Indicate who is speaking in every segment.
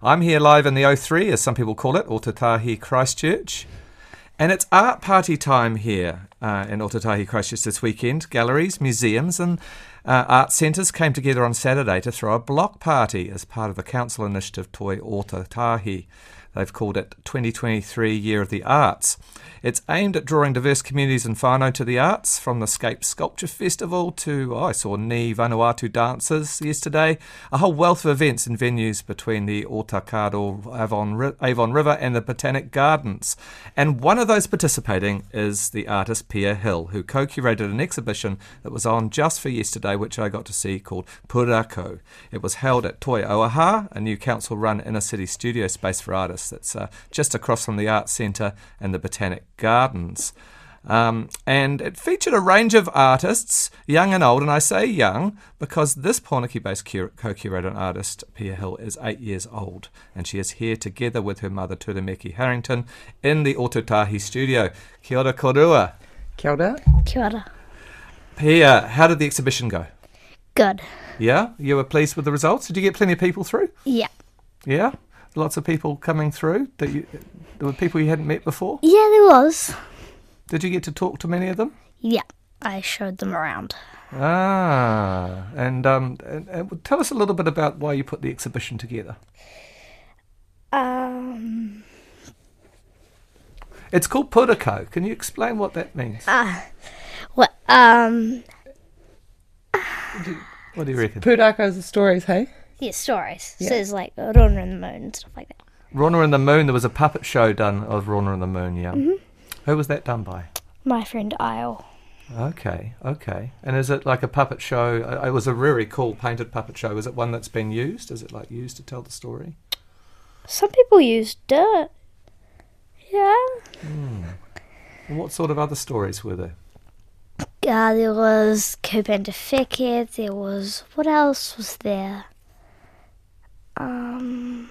Speaker 1: I'm here live in the O3, as some people call it, Otatahi Christchurch. And it's art party time here uh, in Otatahi Christchurch this weekend. Galleries, museums, and uh, art centres came together on Saturday to throw a block party as part of the council initiative Toy Otatahi. They've called it 2023 Year of the Arts. It's aimed at drawing diverse communities in Fano to the arts, from the Scape Sculpture Festival to, oh, I saw Ni Vanuatu dancers yesterday, a whole wealth of events and venues between the Otakado Avon, Ri- Avon River and the Botanic Gardens. And one of those participating is the artist Pierre Hill, who co curated an exhibition that was on just for yesterday, which I got to see called Purako. It was held at Toy Oaha, a new council run inner city studio space for artists that's uh, just across from the Arts Centre and the Botanic Gardens. Um, and it featured a range of artists, young and old, and I say young because this Pornicky based co curator and artist, Pia Hill, is eight years old, and she is here together with her mother, Turameki Harrington, in the Ototahi studio. Kia ora korua.
Speaker 2: Kia ora.
Speaker 3: Kia ora.
Speaker 1: Pia, how did the exhibition go?
Speaker 3: Good.
Speaker 1: Yeah, you were pleased with the results? Did you get plenty of people through?
Speaker 3: Yeah.
Speaker 1: Yeah? lots of people coming through that you there were people you hadn't met before
Speaker 3: Yeah, there was.
Speaker 1: did you get to talk to many of them
Speaker 3: Yeah. I showed them around.
Speaker 1: ah and um and, and tell us a little bit about why you put the exhibition together
Speaker 3: Um.
Speaker 1: it's called Pudico. can you explain what that means
Speaker 3: Well, um.
Speaker 1: what do you reckon
Speaker 2: Pudaka's the stories, hey?
Speaker 3: Yeah, stories. So it's like Runner and the Moon and stuff like that.
Speaker 1: Rona and the Moon there was a puppet show done of Rona and the Moon yeah who was that done by
Speaker 3: My friend Isle.
Speaker 1: okay okay and is it like a puppet show uh, it was a really cool painted puppet show is it one that's been used is it like used to tell the story
Speaker 3: Some people use dirt. Yeah.
Speaker 1: and what sort of other stories were there
Speaker 3: Uh, there was Copanda Fekir. There was. What else was there? Um.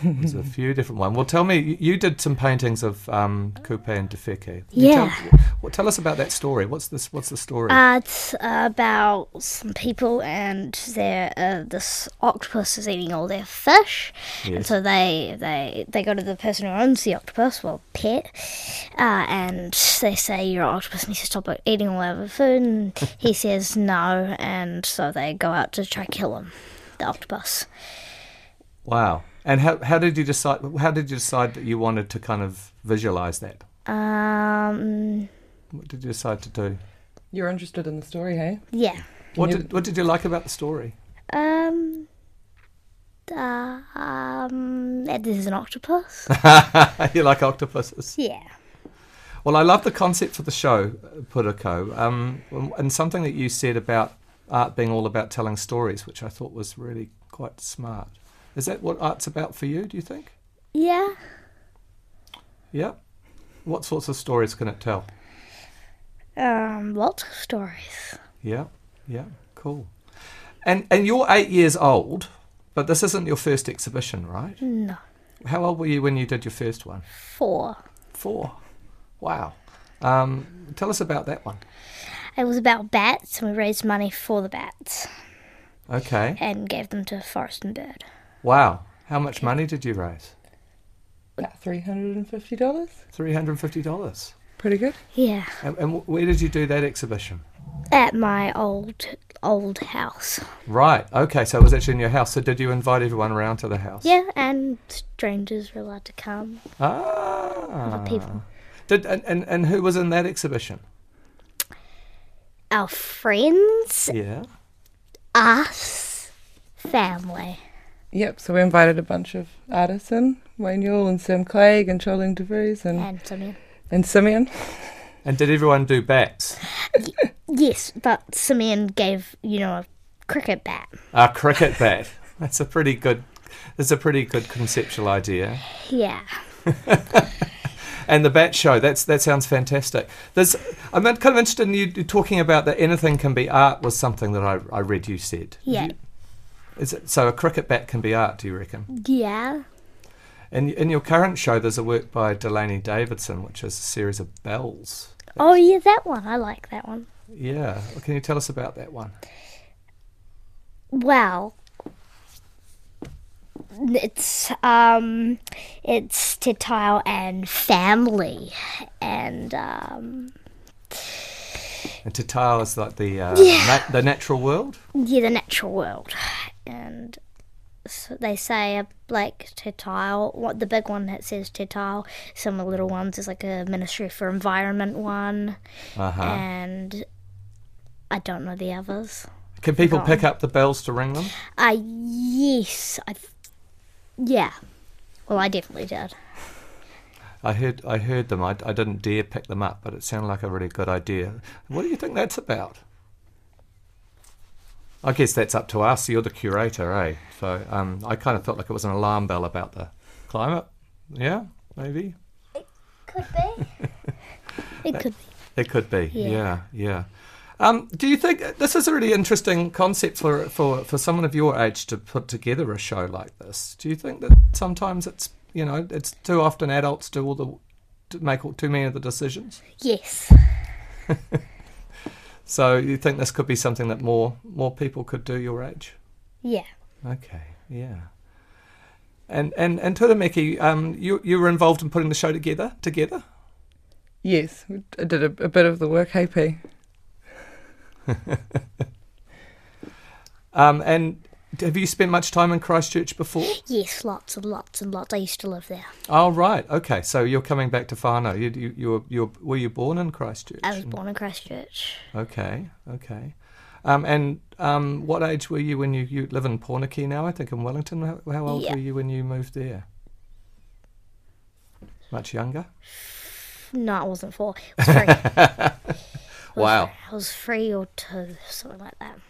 Speaker 1: There's a few different ones. Well, tell me, you- you did some paintings of um, Coupe and Defeke.
Speaker 3: Yeah.
Speaker 1: Tell, well, tell us about that story. What's this? What's the story?
Speaker 3: Uh, it's about some people and their uh, this octopus is eating all their fish, and
Speaker 1: Yes.
Speaker 3: so they they they go to the person who owns the octopus, well pet, uh, and they say your octopus needs to stop eating all of our food, and he says no, and so they go out to try kill him, the octopus.
Speaker 1: wow. And how, how did you decide? How did you decide that you wanted to kind of visualize that?
Speaker 3: Um,
Speaker 1: What did you decide to do?
Speaker 2: You're interested in the story, hey?
Speaker 3: yeah,
Speaker 1: What
Speaker 2: you-
Speaker 1: did What did you like about the story?
Speaker 3: um. Uh, um, that this is an octopus.
Speaker 1: you like octopuses.
Speaker 3: yeah.
Speaker 1: Well, I love the concept for the show, Pudico, um, and something that you said about art being all about telling stories, which I thought was really quite smart. Is that what art's about for you? Do you think?
Speaker 3: Yeah.
Speaker 1: Yeah. What sorts of stories can it tell?
Speaker 3: Um, lots of stories.
Speaker 1: Yeah. Yeah. Cool. And and you're eight years old, but this isn't your first exhibition, right?
Speaker 3: No.
Speaker 1: How old were you when you did your first one?
Speaker 3: Four.
Speaker 1: Four. Wow. Um, tell us about that one.
Speaker 3: It was about bats, and we raised money for the bats
Speaker 1: Okay.
Speaker 3: and gave them to Forest and Bird.
Speaker 1: Wow. How much money did you raise?
Speaker 2: About $350.
Speaker 1: Three hundred fifty dollars.
Speaker 2: Pretty good.
Speaker 3: Yeah.
Speaker 1: And, and wh- where did you do that exhibition?
Speaker 3: At my old old house.
Speaker 1: Right. Okay. So it was actually in your house. So did you invite everyone around to the house?
Speaker 3: Yeah, and strangers were allowed to come.
Speaker 1: Ah.
Speaker 3: people.
Speaker 1: Did and, and, and who was in that exhibition?
Speaker 3: Our friends,
Speaker 1: Yeah.
Speaker 3: us, family.
Speaker 2: Yep, so we invited a bunch of artists in Wayne Yule and Sam Clegg and Charlene DeVries and,
Speaker 3: And I mean,
Speaker 2: and Simeon.
Speaker 1: And did everyone do bats?
Speaker 3: yes, but Simeon gave you know a cricket bat.
Speaker 1: A cricket bat. That's a pretty good. That's a pretty good conceptual idea.
Speaker 3: Yeah.
Speaker 1: And the bat show. That's that sounds fantastic. There's. I'm kind of interested in you talking about that. Anything can be art was something that I, I read you said.
Speaker 3: Yeah.
Speaker 1: Is it, so a cricket bat can be art. Do you reckon?
Speaker 3: Yeah.
Speaker 1: In in your current show, there's a work by Delaney Davidson, which is a series of bells.
Speaker 3: Oh yeah, that one. I like that one.
Speaker 1: Yeah. Well, Can you tell us about that one?
Speaker 3: Well, it's um, it's Titile and family, and um,
Speaker 1: And Tatao is like the uh,
Speaker 3: Yeah.
Speaker 1: nat- the natural world.
Speaker 3: yeah, the natural world, and so they say uh, like Titile. What the big one that says Titile. Some of the little ones is like a Ministry for Environment one,
Speaker 1: Uh huh.
Speaker 3: and I don't know the others.
Speaker 1: Can people pick up the bells to ring them?
Speaker 3: Uh, yes, I. th- yeah, well, I definitely did.
Speaker 1: I heard I heard them. I, I didn't dare pick them up, but it sounded like a really good idea. What do you think that's about? I guess that's up to us. You're the curator, eh? So um, I kind of felt like it was an alarm bell about the climate. Yeah, maybe
Speaker 3: Could be. it could. be.
Speaker 1: it could be.
Speaker 3: Yeah.
Speaker 1: Yeah, yeah. Um, do you think this is a really interesting concept for for for someone of your age to put together a show like this? Do you think that sometimes it's you know it's too often adults do all the make all, too many of the decisions?
Speaker 3: Yes.
Speaker 1: So you think this could be something that more more people could do your age?
Speaker 3: Yeah.
Speaker 1: Okay, yeah. And and and Turameki, um, you you were involved in putting the show together together.
Speaker 2: Yes, we- I did a, a bit of the work, hey, P.
Speaker 1: Um, and have you spent much time in Christchurch before?
Speaker 3: Yes. Lots and lots and lots. I used to live there.
Speaker 1: Oh right, okay. So you're coming back to Fano. You you you were, you were, were you born in Christchurch?
Speaker 3: I was born in Christchurch.
Speaker 1: Okay, okay. Um, and um, what age were you when you, you live in Pornicky now? I think in Wellington. How, how old
Speaker 3: Yeah.
Speaker 1: were you when you moved there? Much younger.
Speaker 3: No, I wasn't four. It was three.
Speaker 1: Wow.
Speaker 3: I was three or two, something like that.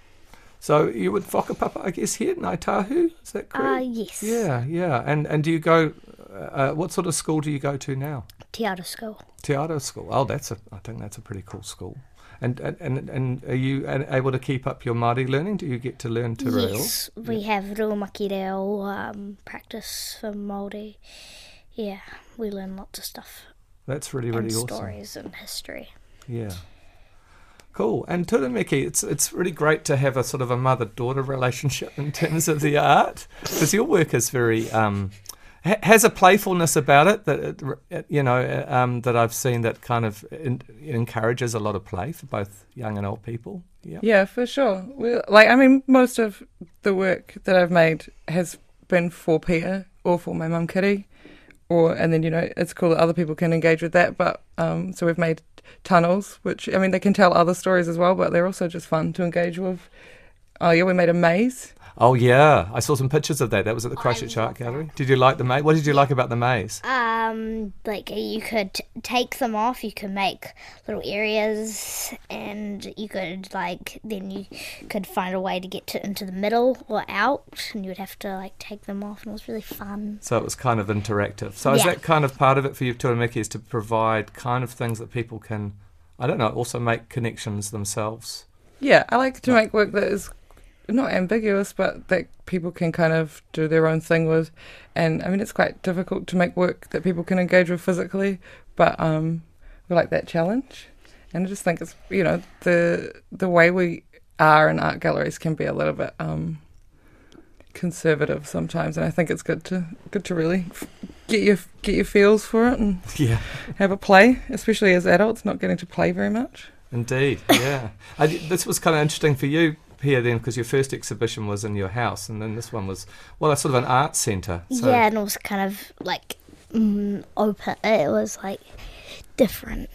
Speaker 1: So you would Whakapapa, I guess, here at Naitahu? Is that
Speaker 3: Ah, uh,
Speaker 1: correct?
Speaker 3: yes.
Speaker 1: yeah, yeah. And and do you go, uh, what sort of school do you go to now?
Speaker 3: Te Ara school.
Speaker 1: Te Aroha School. Oh, that's a, I think that's a pretty cool school. And and, and, and are you a- able to keep up your Māori learning? Do you get to learn Te Reo?
Speaker 3: Yes. We have real maki reo um, practice for Māori. Yeah. We learn lots of stuff.
Speaker 1: That's really, really
Speaker 3: and
Speaker 1: awesome.
Speaker 3: stories and history.
Speaker 1: Yeah. Cool. And Turamiki, it's it's really great to have a sort of a mother daughter relationship in terms of the art because your work is very um, ha- has a playfulness about it that it, r- it, you know uh, um, that I've seen that kind of in, encourages a lot of play for both young and old people. Yeah.
Speaker 2: Yeah, for sure. Well, like, I mean, most of the work that I've made has been for Peter or for my mum, Kitty. Or, and then, you know, it's cool that other people can engage with that. But, um, so we've made tunnels, which, I mean, they can tell other stories as well, but they're also just fun to engage with. Oh, yeah, we made a maze.
Speaker 1: Oh yeah, I saw some pictures of that. That was at the Christchurch
Speaker 3: Oh, love
Speaker 1: Art Gallery. Did you like the maze? What did you like about the maze?
Speaker 3: Um, like you could t- take them off. You could make little areas, and you could like then you could find a way to get to into the middle or out, and you would have to like take them off, and it was really fun.
Speaker 1: So it was kind of interactive. So is
Speaker 3: Yeah.
Speaker 1: that kind of part of it for you, Turamiki, is to provide kind of things that people can, I don't know, also make connections themselves?
Speaker 2: Yeah, I like to make work that is not ambiguous, but that people can kind of do their own thing with. And I mean, it's quite difficult to make work that people can engage with physically, but um, we like that challenge. And I just think it's you know the the way we are in art galleries can be a little bit um, conservative sometimes, and I think it's good to good to really f- get your get your feels for it and
Speaker 1: Yeah.
Speaker 2: have a play, especially as adults, not getting to play very much.
Speaker 1: Indeed, yeah. I, d- this was kind of interesting for you here then, because your first exhibition was in your house, and then this one was, well, it's sort of an art centre. So
Speaker 3: yeah, and it was kind of like mm, open. It was like different.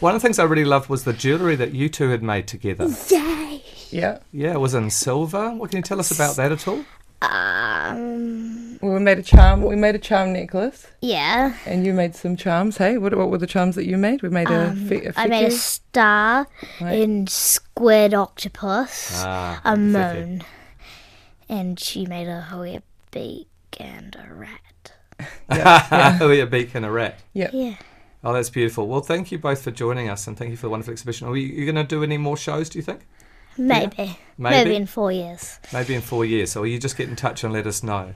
Speaker 1: One of the things I really loved was the jewellery that you two had made together.
Speaker 3: Yay!
Speaker 2: Yeah.
Speaker 1: Yeah, it was in silver. What can you tell us about that at all?
Speaker 3: Um,
Speaker 2: Well, we made a charm. We made a charm necklace,
Speaker 3: yeah.
Speaker 2: and you made some charms. Hey, what what were the charms that you made? We made a,
Speaker 3: Um,
Speaker 2: fe- a
Speaker 3: I made a
Speaker 2: figure.
Speaker 3: star
Speaker 2: Right.
Speaker 3: in squid octopus.
Speaker 1: Ah,
Speaker 3: a
Speaker 1: thank you.
Speaker 3: moon, and she made a hoya beak and a rat.
Speaker 1: Oh, yeah, beak and a rat.
Speaker 3: Yeah.
Speaker 1: Oh, that's beautiful. Well, thank you both for joining us, and thank you for the wonderful exhibition. Are you, you going to do any more shows, do you think?
Speaker 3: Maybe.
Speaker 1: Maybe.
Speaker 3: in four years.
Speaker 1: Maybe in four years. Or you just get in touch and let us know.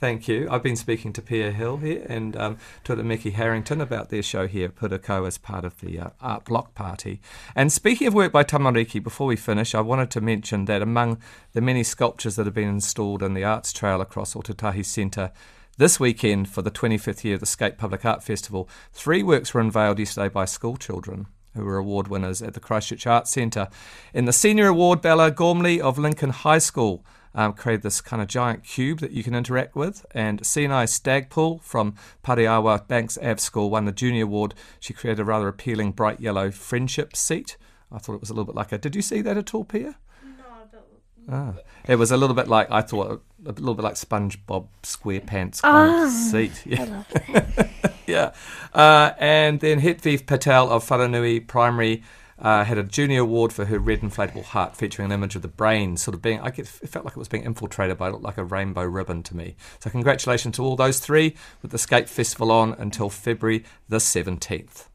Speaker 1: Thank you. I've been speaking to Pierre Hill here and um, to Mickey Harrington about their show here, Puduko, as part of the uh, Art Block Party. And speaking of work by Tamariki, before we finish, I wanted to mention that among the many sculptures that have been installed in the Arts Trail across Otatahi Centre this weekend for the 25th year of the Skate Public Art Festival, three works were unveiled yesterday by school children who were award winners at the Christchurch Arts Centre. In the senior award, Bella Gormley of Lincoln High School um, created this kind of giant cube that you can interact with, and CNI Stagpool from Pariawa Banks Ave School won the junior award. She created a rather appealing bright yellow friendship seat. I thought it was a little bit like a. Did you see that at all, Pia? Ah, it was a little bit like I thought, a little bit like SpongeBob SquarePants kind of seat. Yeah. yeah. Uh, and then Hetviv Patel of Whananui Primary uh, had a junior award for her red inflatable heart featuring an image of the brain sort of being, I get, it felt like it was being infiltrated by like a rainbow ribbon to me. So congratulations to all those three with the Skate Festival on until February the 17th.